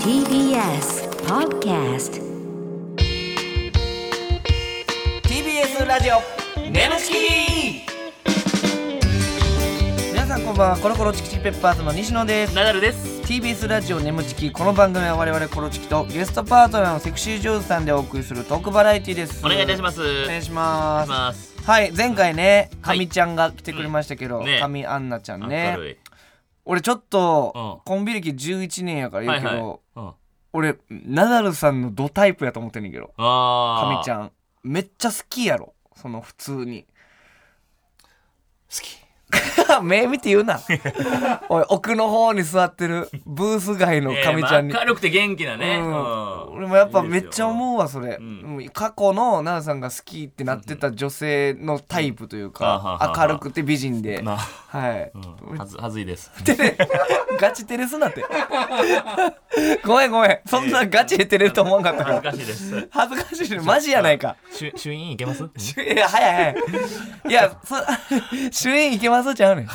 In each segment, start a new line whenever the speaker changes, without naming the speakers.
TBS Podcast
TBS ラジオ
ネムチ
皆さんこんばんはコロコロチキチキペッパーズの西野です
ナダルです。
TBS ラジオネムチキこの番組は我々コロチキとゲストパートナーのセクシージョーズさんでお送りするトークバラエティです
お願いいたします。
お
お
願い
し
します
ます。
はい前回ねか
はい
みちゃんが来てくれましたけど、
うんね
かみあんなちゃん
明る
ね
い。
俺ちょっと、
うん
コンビ歴11年やから言うけど、
はいはいうん。
俺ナダルさんのドタイプやと思ってんねんけど
あ
か
あ。
みち
ん。
ゃんめっちゃ好きやろその普通に
好き。
目見て言う なおい奥の方に座ってるブース外のかみちゃんに、
えーまあ明るくて元気なね。
う
うんん
俺もやっぱめっちゃ
いいですよ
思うわそれ、
ん
うん過去の奈々さんが好きってなってた女性のタイプという
うんあは
か
は
明るくて美人で、
まあ
はい、
うんはずはず いです。
ガチ照れすなって ごめんごめんそんなガチで照れると思わなかったか
恥
ら
ずかしいで す。
恥ずかしいねマジやないか
しゅ主演いけます？
いや早い早いいやそ主演いけますちゃうねん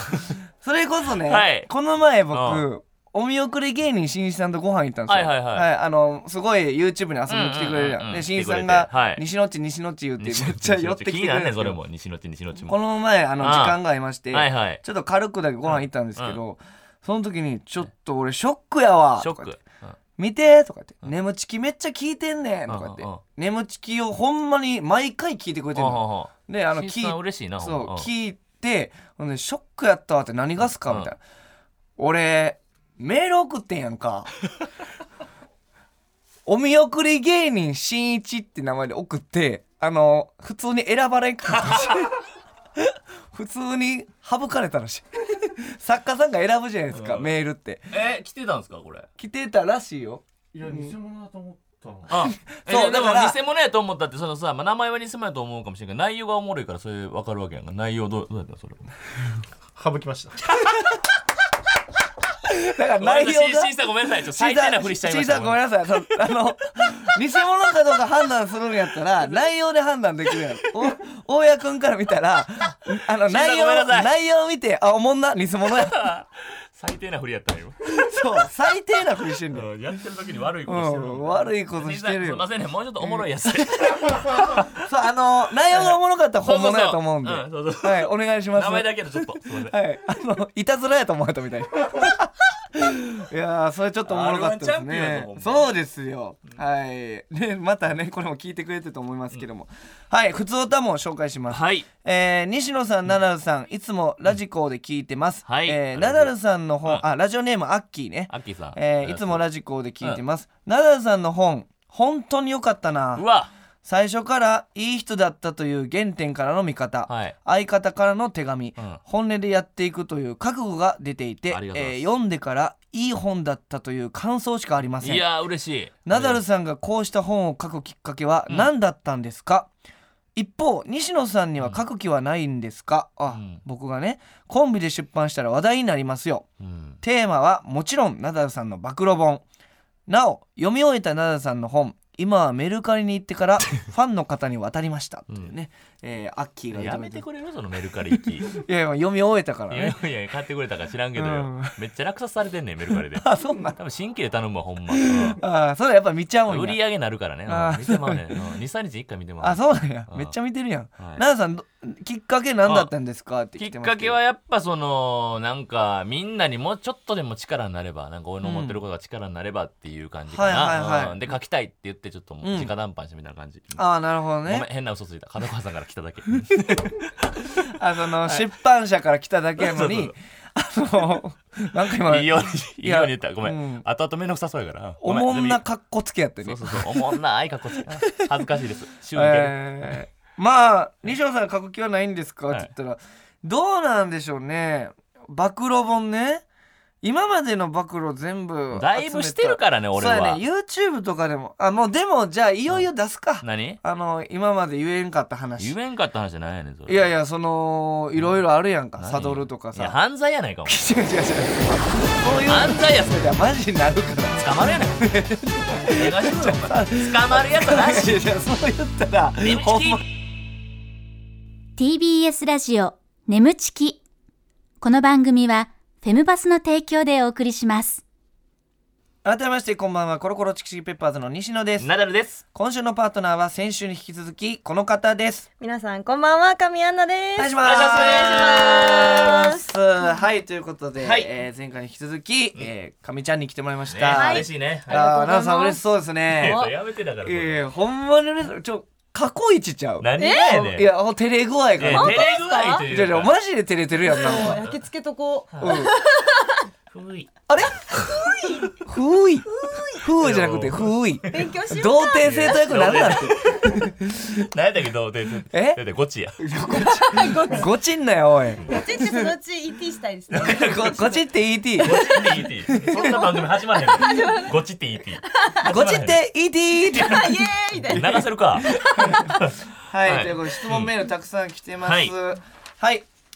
それこそね、
はい
この前僕、
うん
お見送り芸人しんいちさんとご飯行ったんですよ。
はいはいはい
あのすごい YouTube に遊びに来てくれるじゃん。
うんうんうん
でしんいちさん
来てくれては
が
い
西の地西の地言ってめっちゃ寄ってきてくれるんですよ
気になんねんそれも西のち西のち
こ
も。
の前あの
ああ
時間がありまして、
はいはい
ちょっと軽くだけご飯行ったんですけど、その時に「ちょっと俺ショックやわ」
ショ
とか
ッ
言っ
ク
て。見て!」とか言って「眠ちきめっちゃ聞いてんねん」とか言って
うんうんうん
眠ちきをほんまに毎回聞いてくれて
うんん。
の。であ
あ
の
の
聞
聞
い
いた嬉しいな。
そ
ん
うん聞いてほんでショックやったわって何がっすかみたいな俺メール送ってんやんか お見送り芸人しんいちって名前で送ってあの普通に選ばれんかったらしい 普通に省かれたらしい作家さんが選ぶじゃないですか、
うん
メールって
えー来てたんですかこれ。
来てたらしいよ
いや、偽物だと思ったの。
あ、え
そう
で
だ
も
から
偽物やと思ったってそのさ、まあ、名前は偽物やと思うかもしれんけど内容がおもろいからそれわかるわけやんか内容どうどうやったのそれ
省きました。
だから内容が
審査ごめんなさいちょっと
シ
最
ーザ
低
ー
なふりしちゃいました
シーザーごめんなさい。そのあ の、偽物かどうか判断するんやったら、内容で判断できるやん。お、大家くんから見たら、あの、
シーザー
内
ごめん
容、
なさい
内容を見て、あ、おもんな、偽物 や。
最低なふりやったよ
そう、最低なふりしてんだよ。
今やってる時に悪いこ
う
としてる
ん、悪いこと
審
し
査
て
す
る
いま
よ。
せんねもうちょっとおもろいやつ
そう、あの、内容がおもろかったら本物やと思うんで。
そうそうそううんそうそ
はい、お願いします。
名前
は
だけどちょっとすいません
い、あの、いたずらやと思われたみたい。 いやーそれちょっとおもろかったです
R1 チャンピオンや
ね
ぞほん。ま
そうですよ。はい。で、またね、これも聞いてくれてると思いますけども。はい、普通歌も紹介します。
はい
えー西野さん、ナダルさん、いつもラジコで聞いてます。
はい
えー
あり
ナ
がとう
ダルさんの
う
本、
ん
あ、ラジオネーム、アッキーね。
アッキーさん
えーいつもラジコで聞いてます。ナダルさんの本、本当に良かったな
う。わ
最初からいい人だったという原点からの見方、
はい
相方からの手紙、
うん
本音でやっていくという覚悟が出ていて
ありがとうござ
え
いま
ー
す
読んでからいい本だったという感想しかありませ
い
ん
やー嬉しい
ナダルさんがこうした本を書くきっかけは
うん
何だったんですか、一方西野さんには書く気はないんですか、あ、
うん
僕がねコンビで出版したら話題になりますよ
うん
テーマはもちろんナダルさんの暴露本なお読み終えたナダルさんの本今はメルカリに行って からファンの方に渡りましたというね、えーアッキーが
や
認め
め
て
て
い
くれるそのメルカリ行きい
やいや読み終えたから
や
ね
いやいや買ってくれたか知らんけど
う
よめっちゃ落札されてんねんメル カリで
あそんな
多分新規で頼むわほんまうん
あーそれやっぱ見ちゃうん
売り
や
上げなるからね
あー
うん見てまうね23日一回見てまう
あそうなんや
うん
めっちゃ見てるやん、
はい
ナダルさんどきっかけ何だったんですかって
き
聞い
って
ます
かけは
け
やっぱそのなんかみんなにもうちょっとでも力になればなんか俺の思ってることが力になればっていう感じか
うんはいはいは
ないうんで書きたいって言ってちょっともう
うん
直談判してみたいな感じ、
どああなるほど
ごめん
ね
変な嘘ついた角川さんから来た だけ
あその、出版社から来ただけやの
そうそ
に
う
あのなんか今
いいようにいいように言ったごめん、
うん
後々面倒くさそうやから
お
ごめ
もんな
で
かっこつけやって
も
ね
いいそうそうそうおもんなあいかっこつけ恥ずかしいです週に、
えーまあ西野さん書く気はないんですかって
はい
言ったら、どうなんでしょうね暴露本ね今までの暴露全部
だいぶしてる
ら
からね
そ
俺
う
は、
やね YouTube とかでもあもうでもじゃあいよいよ出すか、
何
あの今まで言えんかった話
言えんかった話じゃないやねんそれ
いやいやそのいろいろあるやんか、
何
サドルとか
いや
さ
犯罪やないかお前
違う違う違うそういう
犯罪やそれ
いやマジになるから
捕まるやないかお前お願いしろお前捕まるやつなし
いやいやそう言ったら
眠
ほん
ち
ま
き
TBS ラジオ眠ちきこの番組はフェムバスの提供でお送りします
改めましてこんばんはコロコロチキチキペッパーズの西野です
ナダルです。
今週のパートナーは先週に引き続きこの方です
皆さんこんばんは神アンナです
お願いします
お願
いします
はいということで、
はい
えー前回に引き続き、えー、かみちゃんに来てもらいまし
ね
た、
はい
嬉しいね。
あ
りがと
ー
うございま
奈
す
良さん嬉しそうですね
いややめてだから。
いやいやほんまに嬉しいちょ過去一ちゃう
何がやねん。
いやほん照れ具合
い
か
や、
な
照れ具合とい
じゃあじゃ
う
あ
か。
マジで照れてるやんなん
もう
か、
焼けつけとこう
うん、
古い。
あれふういふうじゃなくてふうい
勉強しよう
童貞生徒役なんだって
何やったっけど、で、で
え
で、で、ゴチや。
ごちんなよおい
こっちってそのうち ET したいですね
ごごちって ET
ゴチって ET。そんな番組始まらへ んから。ゴチって ET。
ごちって ET って
あイエーイみたいな
流せるか。
はい、
はい
ということで質問メールたくさん来てます。
うん
は
はいい、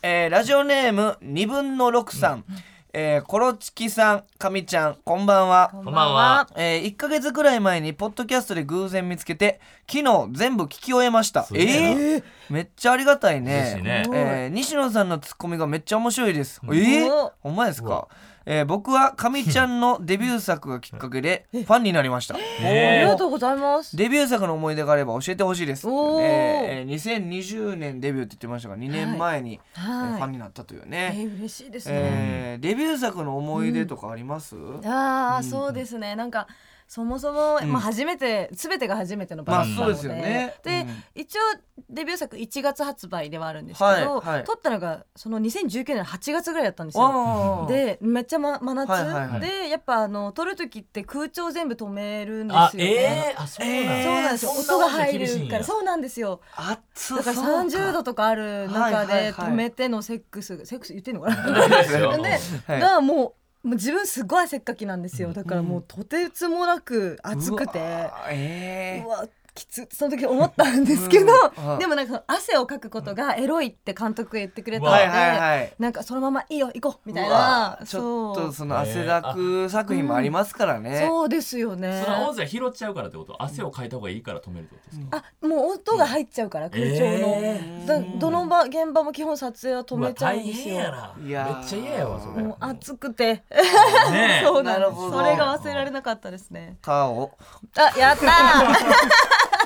えーラジオネーム2分の6さん、えーコロチキさん、かみちゃん、こんばんは。
こ
んばんは
え1ヶ月くらい前にポッドキャストで偶然見つけて昨日全部聞き終えました
す
え
げえな
ーめっちゃありがたいね
嬉しいね
えー西野さんのツッコミがめっちゃ面白いです、
うん
え
お
ー、ほんまです
う
か
わ、
えー僕はかみちゃんのデビュー作がきっかけでファンになりました
あり
え
がとうございます
デビュー作の思い出があれば教えてほしいです。え
お
ー
ー
えー2020年デビューって言ってましたが2年前に、えーファン
は
になったという
いえ
ね。
ー嬉しいですね
えーデビュー作の思い出とかあります、
ああそうですねなんかそもそも、まあ初めて全てが初めての
ま
場
あ
面
そ
な
うで
のです
よね。
で
うん
一応デビュー作1月発売ではあるんですけど、
はいはい
撮ったのがその2019年の8月ぐらいだったんですよ。
おー
でめっちゃ、ま、真夏、
はいはいはい
でやっぱあの撮る時って空調全部止めるんですよ
あ、
ね。
えー、あ、そう
えー
そう
な
な
ん
んですよ
そ
音
んな
が
音で
入
厳しいん
る
や
からそうなんですよ
暑
だから
そう
30度とかある中
はいはい
で
はい
止めてのセックス、セックス言ってん のかな
そうです よ
ね
はい
がもうもう自分すごい汗っかきなんですよだからもうとてつもなく暑くて
うわえ
うわきつその時思ったんですけど、
うんうん
でもなんかその汗をかくことがエロいって監督が言ってくれ
ー
た
う
の
わ
で、
はいはいはい。
なんかそのままいいよ行こうみたいう
わ
な
ちょっ
そ
と
う
その汗だく作品もありますからね。
そうですよね
それは音声拾っちゃうからってこと汗をかいた方がいいから止めるってことですか
あもう音が入っちゃうから、空調の、
え
だどの場現場も基本撮影は止めちゃうんですよ
うわ大変
い
や
や
な
ー
めっちゃ嫌やわそれ
もう暑くて、
ねえ
そうなん
な
で
る
す
ほど
それが忘れられなかったですね
顔。
あやっ たー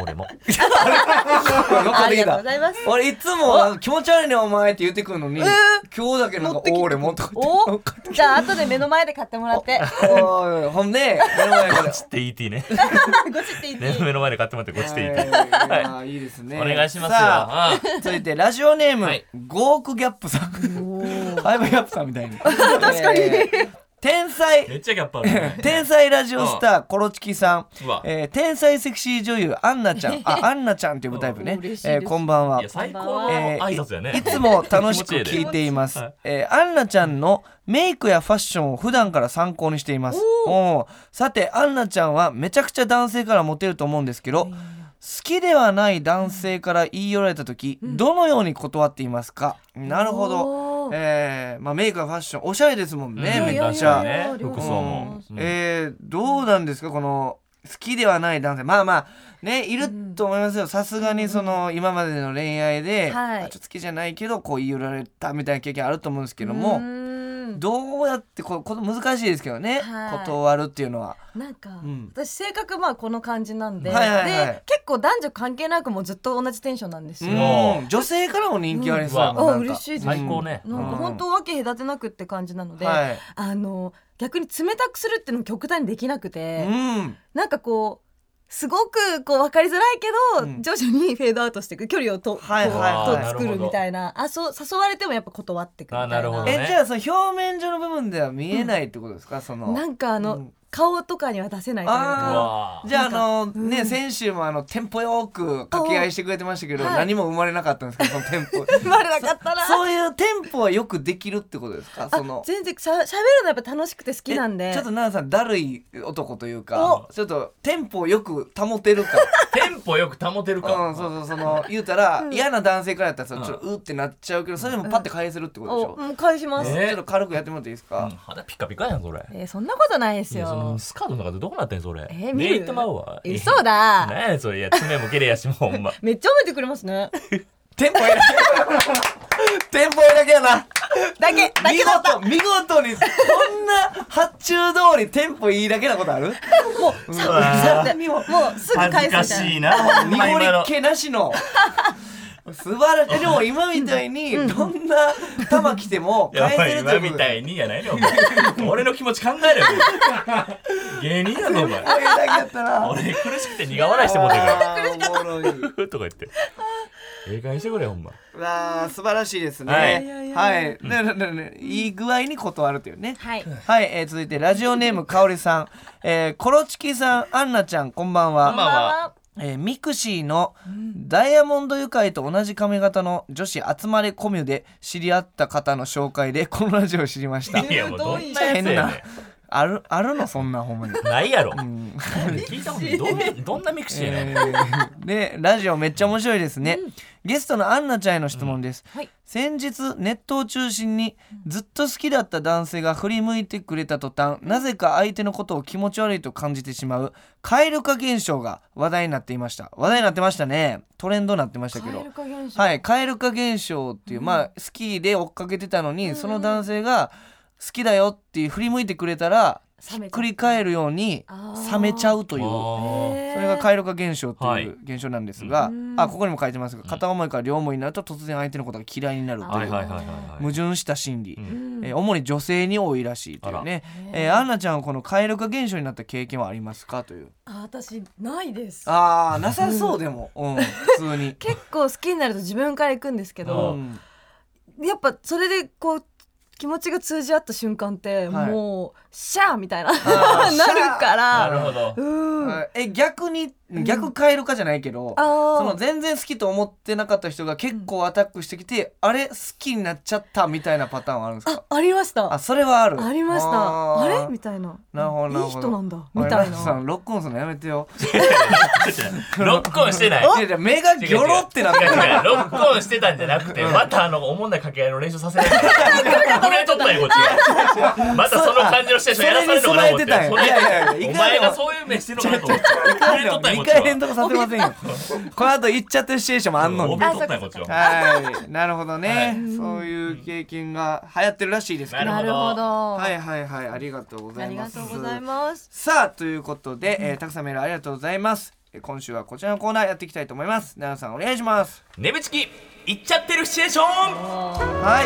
俺も
よか
あ
って
り
き
が
た
とうご。ざいます
俺いつもなんか気持ち悪いねお前って言ってくるのに、
えー
今日だけなん
乗
か
ってきて
俺もとか言って
おじゃあ後で目の前で買ってもらって
おいほんで目の前 から
ちって ET ね
ごちって言っていい
目の前で買ってもらってこっちって
はい
ET
いやいいですね
お願いしますよ
さあ
うん
続いてラジオネーム
はい
5億ギャップさん5億ギャップさんみたいに確かに天
め
才
っちゃギャップあるね
天才ラジオスターコロチキさん
うわ
えー天才セクシー女優アンナちゃんあアンナちゃんっていうタイプね
うん 嬉しいです
えーこんばんはい
や最高の挨拶や ね
いいつも楽しく聞いています、
気持ち
えーアンナちゃんのメイクやファッションを普段から参考にしていますおーさてアンナちゃんはめちゃくちゃ男性からモテると思うんですけど好きではない男性から言い寄られた時、どのように断っていますか、なるほど
お、ー
えーまあ、メイクやファッションおしゃれですもんね、
うん
めっち
確か
ゃ
に。ね
うん
服装も
うん
うん
えーどうなんですかこの好きではない男性まあまあねいると思いますよさすがにその今までの恋愛で、
はい
あちょっと好きじゃないけどこう言い寄られたみたいな経験あると思うんですけど
う
も
ーん
どうやってここ難しいですけどね、
はい
断るっていうのは。
なんか、
うん
私性格まあこの感じなんで、
はいはいはい
で結構男女関係なくもうずっと同じテンションなんです
う
よ、
ん女性からも人気ありそうやもん
うん
なんか
あ嬉しいです
最高ね
なんか本当わけ隔てなくって感じなので、
はい
あの逆に冷たくするっていうのも極端にできなくて、
うん
なんかこうすごくこう分かりづらいけど、
うん
徐々にフェードアウトしていく距離をと、
はいはい
こう
あー
と作
なる
る
ほど
みたいなあそう誘われてもやっぱ断ってくみたいな
あなるほどね
えじゃあその表面上の部分では見えないってことですか、その
なんかあの、
うん
顔とかには出せないという
う
か
あ
わ
じゃああのね、先週もあのテンポよく掛け合いしてくれてましたけど、
はい
何も生まれなかったん ですけどそのテン ポ
生まれなかったな
そういうテンポはよくできるってことですかその
あ全然しゃ喋るのやっぱ楽しくて好きなんで
えちょっと奈々さんだるい男というかちょっとテンポをよく保て るか
テンポよく保てるか
うんそうそうその言うたら、嫌な男性からやったらさちょっとうってなっちゃうけどそれでもパッて返せるってことでし
お
ょ、
もう返します、
ね
え
え
ちょっと軽くやってもらっていいですか、
うん肌ピカピカやんそれ
ーそんなことないです
いやそ
よ
のスカートの中でどうなってんそれ
えー見る
目いってまうわ
えそう
な
だ
んや ねんそれいや爪も綺麗やしもうほんま
めっちゃ褒めてくれますね
テンポやテンポだけやな
だけだ
見
けだった
事見事にこんな発注通りテンポいいだけなことある
もう
うわー
ささもうすぐ
恥ずか
返すみたいな
しいなほん ま
濁り
今の
気なしの 素晴らしいでも今みたいにどんな球来ても
や
返
ば
せ
い
るとい
今
う
み
こと
た
で
いにやないのお前俺の気持ち考えろよ芸人やぞお前
これだけやった ら
俺苦しくて苦笑いしてもうてるから
あ ーおもろい
ふーとか言ってええ加減にしてくれほんま
わあ素晴らしいですね。は
はいい、
はい、ねねねねいい具合に断るというね。
はい
はい、えー続いてラジオネームかおりさん、えー、コロチキさん、アンナちゃん、こんばんは。
こんばんは
えーミクシーのダイヤモンド愉快と同じ髪型の女子集まれコミュで知り合った方の紹介でこのラジオを知りました。
いやもうどんなやつや
変
ねん
な。あるあるのそんなほんまに。
ないやろ聞いたことないどんどんなミクシーやねん
えー でラジオめっちゃ面白いですね、ゲストのアンナちゃんへの質問です、
はい
先日ネットを中心にずっと好きだった男性が振り向いてくれた途端なぜか相手のことを気持ち悪いと感じてしまう蛙化現象が話題になっていました話題になってましたねトレンドになってましたけど
蛙化現象
はい蛙化現象っていう、まあ好きで追っかけてたのに、その男性が好きだよっていう振り向いてくれたらひ
冷めちゃう
っくり返るように
あー
冷めちゃうという
あ
それが蛙化現象と
はいいう
現象なんですが、
うん
あここにも書いてますが片思いから両思いになると突然相手のことが嫌いになる
ー
と
はいいうはいはいはい
矛
はい
盾した心理、
うん
うん
えー主に女性に多いらしいというね、えーアンナちゃんはこの蛙化現象になった経験はありますかという
あ私ないです
あーなさそうでも、うん、普通に。
結構好きになると自分から行くんですけ
う
ど、
ん
やっぱそれでこう気持ちが通じ合った瞬間って、
はい
もうシャーみた いなな
あー
るか
な
ら
るほど
うんあ
あえ逆に逆蛙化じゃないけど、その
ー
全然好きと思ってなかった人が結構アタックしてきて、あれ好きになっちゃったみたいなパターンはあるんですか
あありまし
あ
た
それはある
ありましたあ
ー
れみたいな
なるほどなる
いい
ほど
人なんだ
お
み
い
たい
ラフさ
なん
ロックオンするのやめてよ。
ロックオンしてない
いやいや目がギョロってなって
違う
る。
違うロックオンしてたんじゃなくて、またあの、おもんない掛け合いの練習させ られたから。これとったんや、こっちが。 またその感じのシチュエーションやらされるのかな思っ
それに備え
て。
てたんやいやいやいや
それお前がそういう目してるのかなと思って。これとったんや、
二
こっち
回連続させませんよ。この後行っちゃってるシチュエーションもあ
は。
ん
う
の
ん
に
帯。取ったんや、こっちは。
はい、なるほどね。そういう経験が流行ってるらしいですけど。
な
な
る
る
ほど
ほど、
はいはいはい、ありがとうござ
あ
い
り
ま
が
す。
とうございます
さあ、ということで、えーたくさんメールありがとうございます。えー今週はこちらのコーナーやっていきたいと思います。奈良さんお願いします。
ねぶちき、行っちゃってるシチュエーションは
は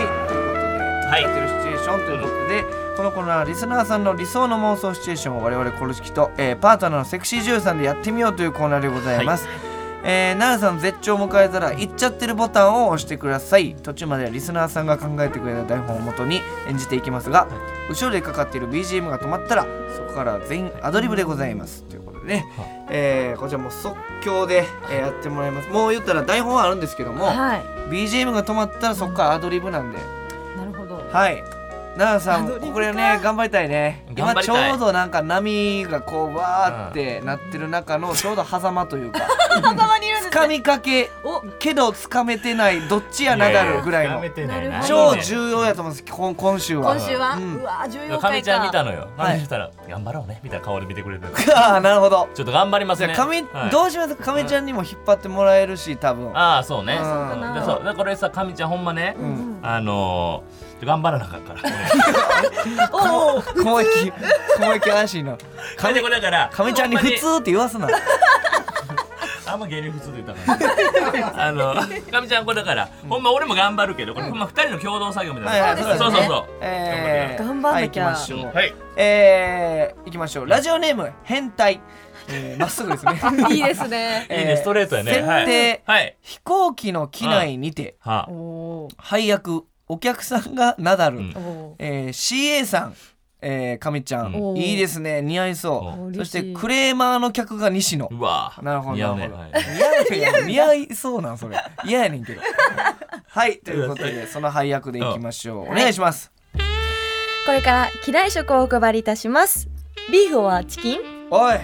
い、ということで。やって
い。
るシチュエーションということで、このコーナーはリスナーさんの理想の妄想シチュエーションを我々コルシキと、えーパートナーのセクシー女優さんでやってみようというコーナーでございます、えー奈良さん絶頂を迎えたら「行っちゃってる」ボタンを押してください途中まではリスナーさんが考えてくれた台本をもとに演じていきますが後ろでかかっている BGM が止まったらそこから全員アドリブでございますということでね、えーこちらもう即興で、えーやってもらいますもう言ったら台本はあるんですけども、
はい
BGM が止まったらそこからアドリブなんで
なるほど
はい奈良さん
アドリブ
こ
か
れね頑張りたいね
頑
今
張り
ちょ
たいう
どなんか波がこうわーってなってる中のちょうど狭間というか
たまにいるんです
掴
ね
みかけ
お
けど掴めてないどっちやながるぐらい
やや
の
めてない
なるほど
超重要やと思うんです今今週は
今週は、
う
うんわー重要
かみ
回
ちゃん
か
見たのよ。
はい
かみちゃん見たら、頑張ろうね、みたいな顔で見てくれてる。
あーなるほど
ちょっと頑張ります
じゃ
ね。
あ亀
はい
どうしますか亀ちゃんにも引っ張ってもらえるし多分
ああ、そうね。
う
そ
ん
う
そう
かな
でそうでこれさ、かみちゃんほんまね
う、ん
あのー、ちょ頑張らなかったから。
おー
小 池小池らしいな
かみだから
亀ちゃんに
ほま
普通って言わすな
あんま芸人普通で言ったから あのかみちゃんこれだからほんま俺も頑張るけどこれほんま二人の共同作業みたいな、
はいはい
そうそうそう
えー
頑張んなきゃ
はい行きましょう
そうはい
えー、いきましょうラジオネーム変態えーまっすぐですね
いいで すね
いいねストレートやねは
設
い
定
はい
飛行機の機内にて
は
おー
配役お客さんがナダル、
うん
おー
えー CA さんえー、かみちゃん、
うん
いいですね似合いそ
お
う
ー
そして
嬉しい
クレーマーの客が西野
うわ
なるほど
似合う
な
ね
るほど
はい
似合う 似合いそうなんそれ嫌やねんけどはいということでその配役でいきましょう、お願いします
これから機内食をお配りいたしますビーフはチキン
おい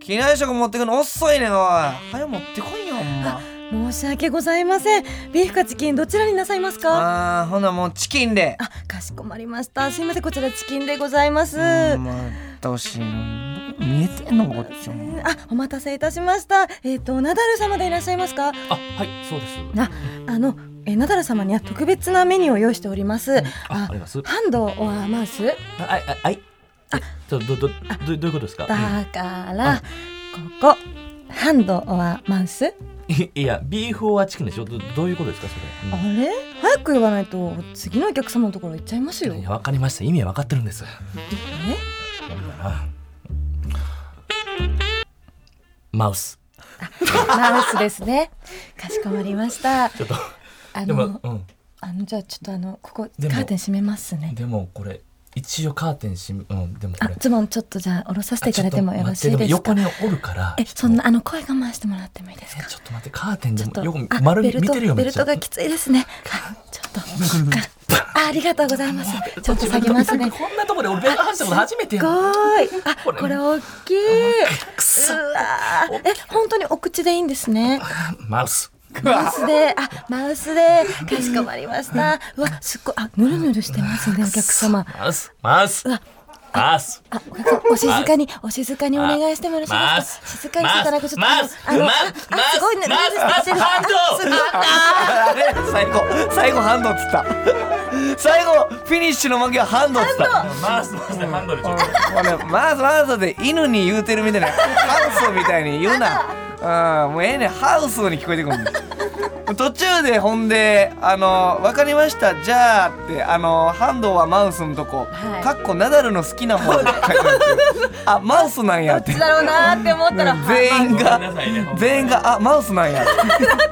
機内食持ってくの遅いねんおい早持ってこいよほんま
申し訳ございませんビーフかチキンどちらになさいますか
あーほなもうチキンで
あ、かしこまりましたすいませんこちらチキンでございます
うんまあどうしよう見えてんのかこっちも
あ、お待たせいたしましたえっ、とナダル様でいらっしゃいますか
あはいそうです
あのえーナダル様には特別なメニューを用意しております。
あ
あ
あります
ハンドオアマウス
ああああいえちょどどどどどういうことですか
だからここハンドオアマウス
いいやビーフオアチキンでしょどどういうことですかそれ
あれ早く言わないと次のお客様のところ行っちゃいますよ
うんいやわかりました意味わかってるんです
え
なんだなマウス
マウスですねかしこまりました
ちょっと
あ
で
の
もうん
あのじゃあちょっとあのここカ
でも
ーテン閉めますね
でもこれ一応カーテンしうんでもこ
あ
れ
ズボンちょっとじゃあ下ろさせていただいてもよろしい
あ
で
ちょ
す
っと
か
待ってでも横におるから
えそんなあの声我慢してもらってもいいです
え
か
ちょっと待ってカーテンで
ちょっと
もよく
あ
丸
ベ
見
ルト
てるよめ
ベ
っ
ル
ちゃ
トがきついですねあちょ っとあありがとうございますちょっと下げますね
こんなとこで俺ベルト外したこと初めて
す
や
ご
ん
ーいあこ
こ
れ
れ
大きいうわーえ本当にお口でいいんですね
マウス
マウスであマウスでかしこまりましたうわすっごいあぬるぬるしてますねお客様
マウスマウス
うわ
マウス
あ、お客様お静かに、お静かにお願いしてもよろしい
ま
ですか。静
す
かにしていただくと、ちょっとあの、
ます
あの、あ
ます
あすごいね、
ます
何ですか
ます
してるあ
あれ最後最後ハンドっつった 最後フィニッシュの負けはハンドっつった
回す回してハンドルちょっと
これマーズマーズで犬に言うてるみたいなハウスみたいに言うなうんもうええねんハウスに聞こえてくるの途中でほんで「あの分かりましたじゃあ」ってあのハンドはマウスのとこ、
はい
かっこナダルの好きな方って書いてあるあマウス なんやって
すごい。だろうなーって思ったら、
全員
ごめん
が
なさいね
全員が「あマウスなんや」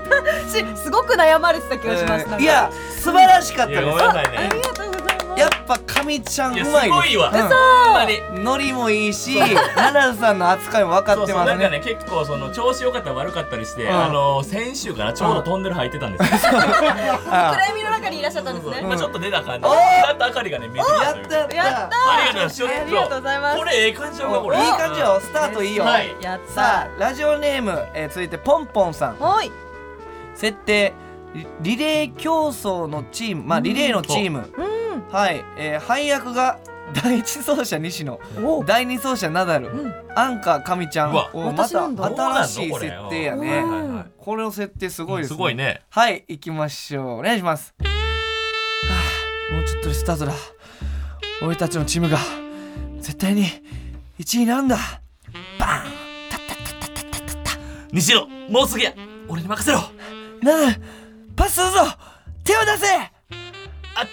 私すごく悩まれてた気がします。なんか
いや素晴らしかっ
い
た
や
で
ごめん
す
なさいね
ありがとうございます。
やっぱ神ちゃんうまい
いや
です
すごいわ
うん
ほんまに
ノリもいいし、ナダルさんの扱いも分か
そ
っ
う
て
そう
ます
なんか
ね。
ね結構その調子良かったり悪かったりし
ん
て、あの先週からちょうどトンネル入ってたんですよ、
あ
暗闇の中にいらっしゃったんですね。
まあちょっと出た感じ
おー
やっと明かりがね見えてき
や
た
っ
という
たやった。
や
あ
った
りがとうございます
ありがとうございます
これええ感じだなこ
お
れ
いい感じよ。スタートいいよ。
はい
やった。
さあラジオネーム、えー続いてポンポンさん。
はい。
設定リリレー競争のチーム、まあリレーのチーム。はい、えー配役が第一走者西野、第二走者ナダル、アンカー神ちゃん。
うわ
おま
私
た
なんだ
新しい設定や
はい
ね。
はいはい
これの設定すごいですね。
すごいね
はい、行きましょう。お願いします。はあ、もうちょっとでスタートだ。俺たちのチームが絶対に1位になるんだ。バーン
西野もうすぐや俺に任せろ
ナダル、パスするぞ手を出せ
あ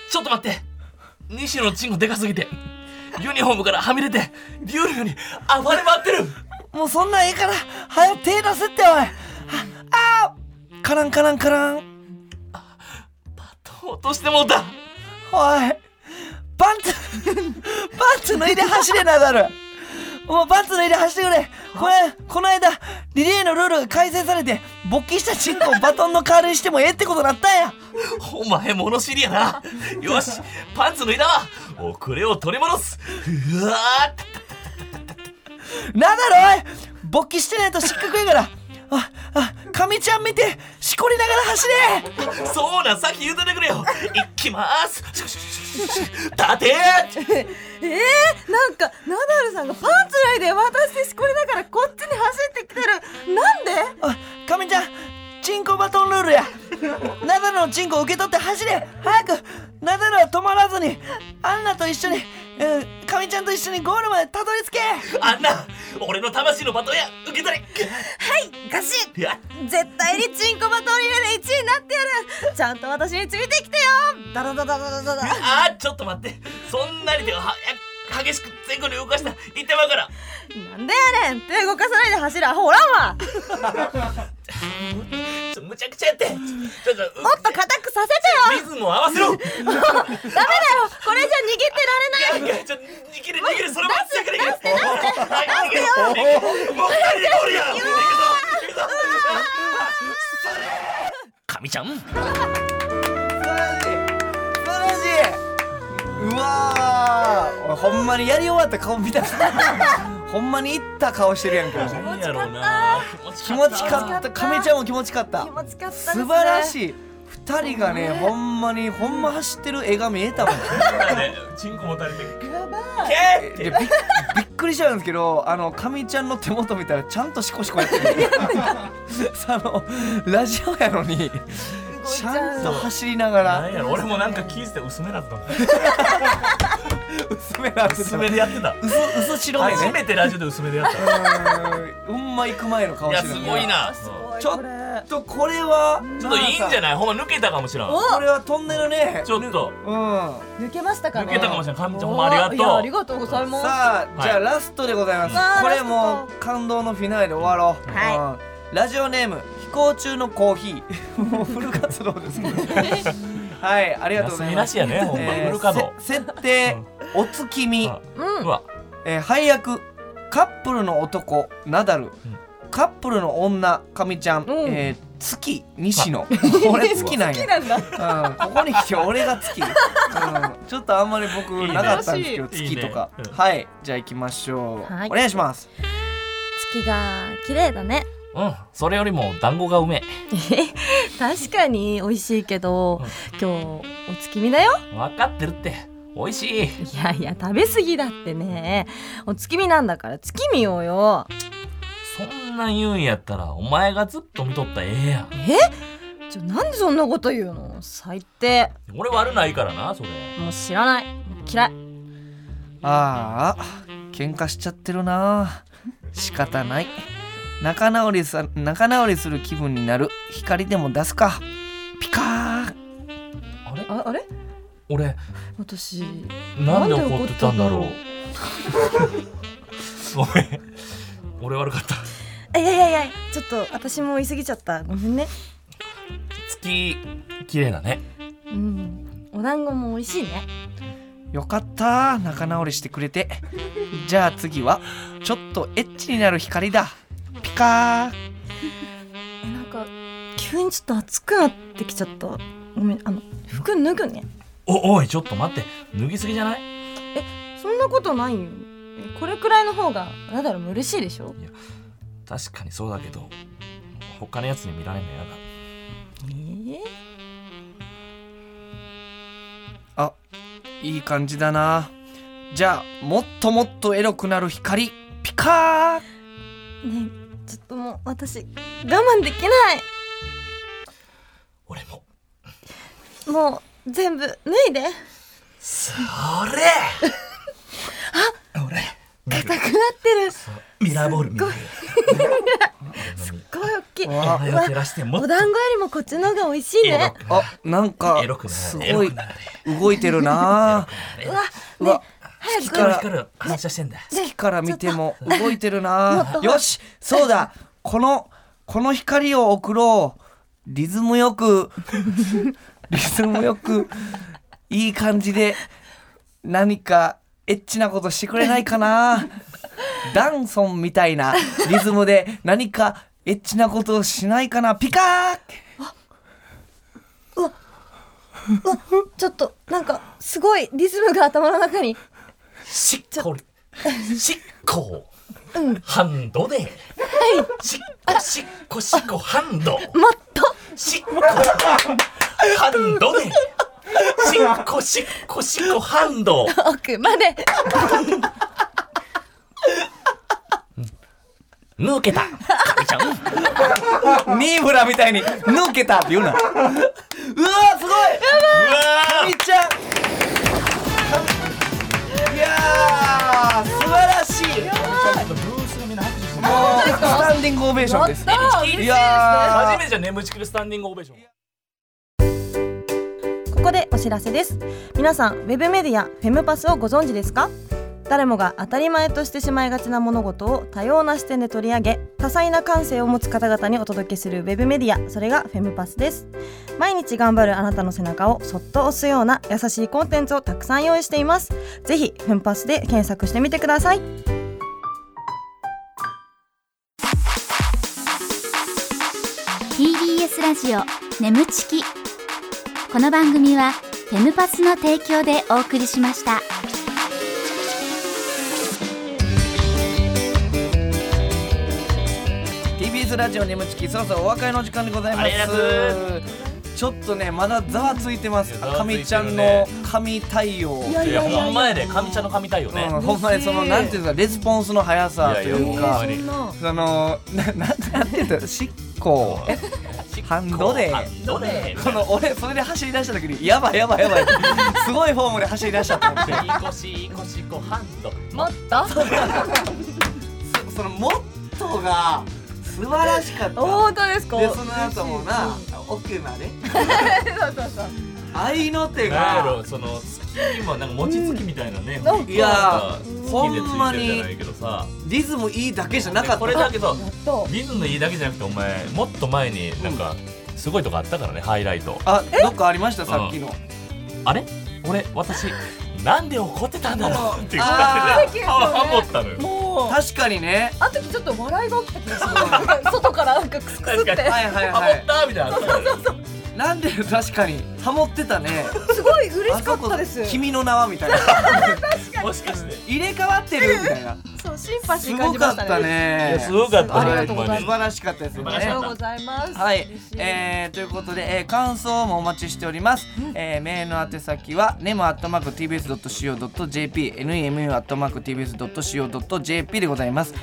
ちょっと待って西野のチンコでかすぎてユニフォームからはみ出て竜のように暴れ回ってる
もうそんなんええから、早よ手出せっておいあ、あーカランカランカラン。
落としてもうた
おいパンツパンツ脱いで走れナダルもうパンツ脱いで走ってくれこれこの間リレーのルールが改正されて勃起したチンコをバトンの代わりにしてもええってことになったんや
お前物知りやなよしパンツ脱いだわ遅れを取り戻すうわーって
ナダルおい勃起してないと失格やからああかみちゃん見てしこりながら走れ
そうなんさっき言うててくれよ行きますシュシュシュシュシュシュ立て
えー、なんかナダルさんがパンツないで私これだからこっちに走ってきてるなんで
あかみちゃんチンコバトンルールやナダルのチンコを受け取って走れ早くナダルは止まらずにアンナと一緒にうんかみちゃんと一緒にゴールまでたどり着け
あんな俺の魂のバトンや受け取
ガシッ
れや
絶対にチンコバトンリレーで1位になってやるちゃんと私についてきてよダダダダダダダダ
あーちょっと待ってそんなに手をはや激しく前後に動かしたら行ってまうから
なんでやねん手動かさないで走るアホおらんわもっ
ちょむちゃくちゃやってちょちょちょ
と硬くさせ
リズムを合わせろ
てよダメだよこれじゃ握ってられ
い
ない
やいやちょ逃げる逃げるそれもつける逃げる逃げるもう二人でゴールや行くぞ行くぞかみちゃん
素晴らしい素晴らしいうわー俺ほんまにやり終わった顔見たほんまにいった顔してるやんか
何やろうな
気持ちかった亀ちゃんも気持ちかった
気持ちかったですね
素晴らしい二人がねほんまにほんま走ってる絵が見えたもん
チンコもたれて
やばい
け
でびっびっくりしちゃうんですけどあの亀ちゃんの手元 見たらちゃんとシコシコやってるそのラジオやのに
ごい
ち
ちゃ
ゃ
ん
ん
と
と走りなが
なん
ら
やろ俺もなんか聞いてて薄めだったもん
薄めなくて
薄めでやってた
薄薄白目
初
ね
めてラジオで薄めでやった
うんま行く前の顔
い
し
や
て
す
る
ごいな
す
ち
ごい
ちょっ
これ
とこれは
ょっといいんじゃ
ない
ないほんま抜けたかもしれん
お
これはトンネルね
ちょっと
うんさ
抜けましたかね
抜けたかもしれんかみちゃんほんまあり
いや
が
あ
と
り
う
がとうございます
あ
い
じゃあラストでございます
わあ
これ
ラ
も
ス
う感動のフィナーレで終わろう
は
うんラジオネーム飛行中のコーヒー もうフル活動です けどはいありがとうご
休
ざ
み
い
ら
ま
し
す
いやねほんま
え
フ
ー
ル稼働
せ設定お月見
あ
うん
うわ
えー配役カップルの男ナダル、カップルの女かみちゃん、
ん
えー月西野 俺月なん
好きな
や、
んだ
うん、ここに来て俺が月、うん、ちょっとあんまり僕
いね
なかったんですけど
楽しい
月とか
いいねうん
はいじゃあ行きましょう、
はい
お願いします
月が綺麗だね
うんそれよりも団子がうめ
確かに美味しいけど今日お月見だよ
え分かってるって美味しい
いやいや食べ過ぎだってねお月見なんだから月見ようよ
そんなん言うんやったらお前がずっと見とったらええやん
ちょなんでそんなこと言うの最低
俺悪ないからなそれ
もう知らない嫌い
ああ喧嘩しちゃってるな仕方ない仲直りさ仲直りする気分になる光でも出すかピカー
あれ
ああれ
俺
私
なんで
なんで
怒
怒
っ
って
て
た
た
ん
ん
だ
だ
ろ
ろ
う
う ごめん俺悪かった
あいやいやいやちょっと私も言い過ぎちゃったごめんね
月綺麗だね
うんお団子も美味しいね
よかった仲直りしてくれてじゃあ次はちょっとエッチになる光だピカー
えなんか急にちょっと暑くなってきちゃったごめんあの服脱ぐね
おおいちょっと待って脱ぎすぎじゃない
そんなことないよえこれくらいの方がナダルも嬉しいでしょ
確かにそうだけど他のやつに見られんのやだ
えー、
あいい感じだなじゃあもっともっとエロくなる光ピカー
ねえちょっともう私我慢できない
俺も
もう全部脱いで
あ れ
硬くなってるす
ミラーボール見る
っごい大きい
お前を照らしてもっ
お
と
団子よりもこっちの方が美味しい
エロ
ね
く
あなんか
エロくなる
す
エロ
ごい
くなる
動いてるな
うわ
うわ
早
か
く
光
ら
る光る反射してんだ
月から見ても動いてるなよしそうだこのこの光を送ろうリズムよくリズムよくいい感じで何かエッチなことしてくれないかなダンソンみたいなリズムで何かエッチなことをしないかなピカー
ちょっとなんかすごいリズムが頭の中に
しっこりしっこハンドでしっこしっこしっこハンド
もっと
しっこハンドでしっこしっこしっこハンド
奥まで
抜けたかみちゃん
ニーブラみたいに抜けたって言うなうわーすごいう
わ
みっちゃんいやー素晴らしいもうスタンディングオベーションですい
ー
や
初めてじゃん眠ちきるスタンディングオベーション
ここでお知らせです皆さんウェブメディアフェムパスをご存知ですか誰もが当たり前としてしまいがちな物事を多様な視点で取り上げ多彩な感性を持つ方々にお届けするウェブメディアそれがフェムパスです毎日頑張るあなたの背中をそっと押すような優しいコンテンツをたくさん用意していますぜひフェムパスで検索してみてください
ー TBS ラジオ眠ちきこの番組はフェムパスの提供でお送りしました
ー TBS ラジオ眠ちきそろそろお別れの時間でございま
ありがと
すちょっとねまだざわついてます
いやざわついてるね
かみちゃんの神対応
いやほんまやでかみちゃんの神対応ね
うんほんまにそのなんていうんですかレスポンスの速さという
ほん
か
まに
そのなななんていうんですか執行
しっ
ハンドで
ハンドで
この俺それで走り出した時にやばいやばいやばいすごいフォームで走り出しちゃったんで
いこしいこしこハンドもっ
そのモットーが素晴らしかった
本当ですか
でその後もな奥まで愛の手
なんや
が
ろその月もなんか餅つきみたいなね、
なんか
いや
好きでついてるじゃないけどさ
リズムいいだけじゃなかった
これだけど
やった
リズムのいいだけじゃなくてお前もっと前になんかすごいとこあったからねハイライト
あどっかありましたさっきの
あれ俺私なんで怒ってたんだろうって言っ
あ
たで ハモったのよ
もう
確かにね
あの時ちょっと笑いが起きた気がする外からなんかクスクスっ
確か
て
はいはい
ハ
は
モっ
い
たみたいな
なんで確かにハモってたね
すごい嬉しかったで
あ
す
そこ君の名はみたいな
もしかして
入れ替わってるみたいな
そうシン パシ
す
ー感
ご
じま
かっ
した
た
い
ね
ね
やすごかった
あり
ね
がとう
ほ
ご
ん
ざ
ま
い
素
に
晴らしかったですよ
あり
ね
がとうございます
はい
嬉し、
えー、ということで、えー、感想もお待ちしております、えー、メールの宛先は nemo.tbs.co.jp nemu.tbs.co.jp でございます、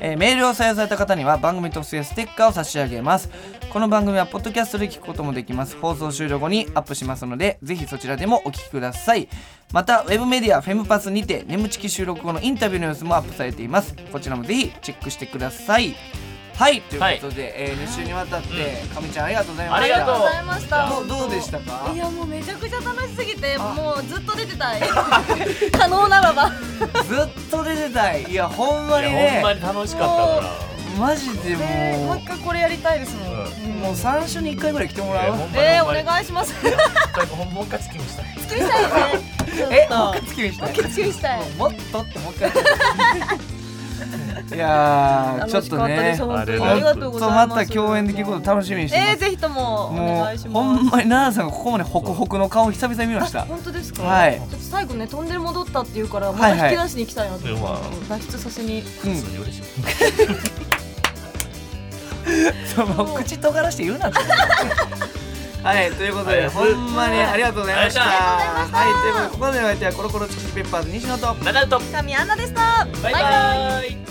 えー、メールを採用された方には番組特製ステッカーを差し上げますこの番組はポッドキャストで聞くこともできます放送終了後にアップしますのでぜひそちらでもお聞きくださいまたウェブメディアフェムパスにて眠ちき収録後のインタビューの様子もアップされていますこちらもぜひチェックしてくださいはいということで、えー、2週にわたって、かみちゃんありがとうございました
ありがとう
ございました
どうどうでしたか
いやもうめちゃくちゃ楽しすぎてもうずっと出 てたい可能ならば
ずっと出てたいいやほんまに
いやほ
ね
んまに楽しかったから
マジでも
回これやりたいですもん
うもう三週に一回ぐらい来てもらおう
えー、お願いします作
本本かつきもしたい
りたいね
え
ちょ
も
っ
う一回付き合いしたい
と作りしたい
もっとってもう一回 いやーちょ
楽
っ
し
と
かったで
ね
す本当に
あれ
ありがとうございま
ちょっ
す
とまた共演できること楽しみにしてます
えー、ぜひともお
も
願いし
う
ます
ほんまに奈々さんがここまでホクホクの顔久々に見ま した
本当ですか、
はい
ちょっと最後ね飛んで戻ったっていうからま
はい
た
はい
引き出しに行きたいなと思って、
ま
脱出させに
うん
あ嬉しい
その口尖らして言うなってはいということでほんまにありがとうございましたはいということでここまでのお相手はコロコロチキチキペッパーズ西野と
中田と
神アンナでした
バイバイ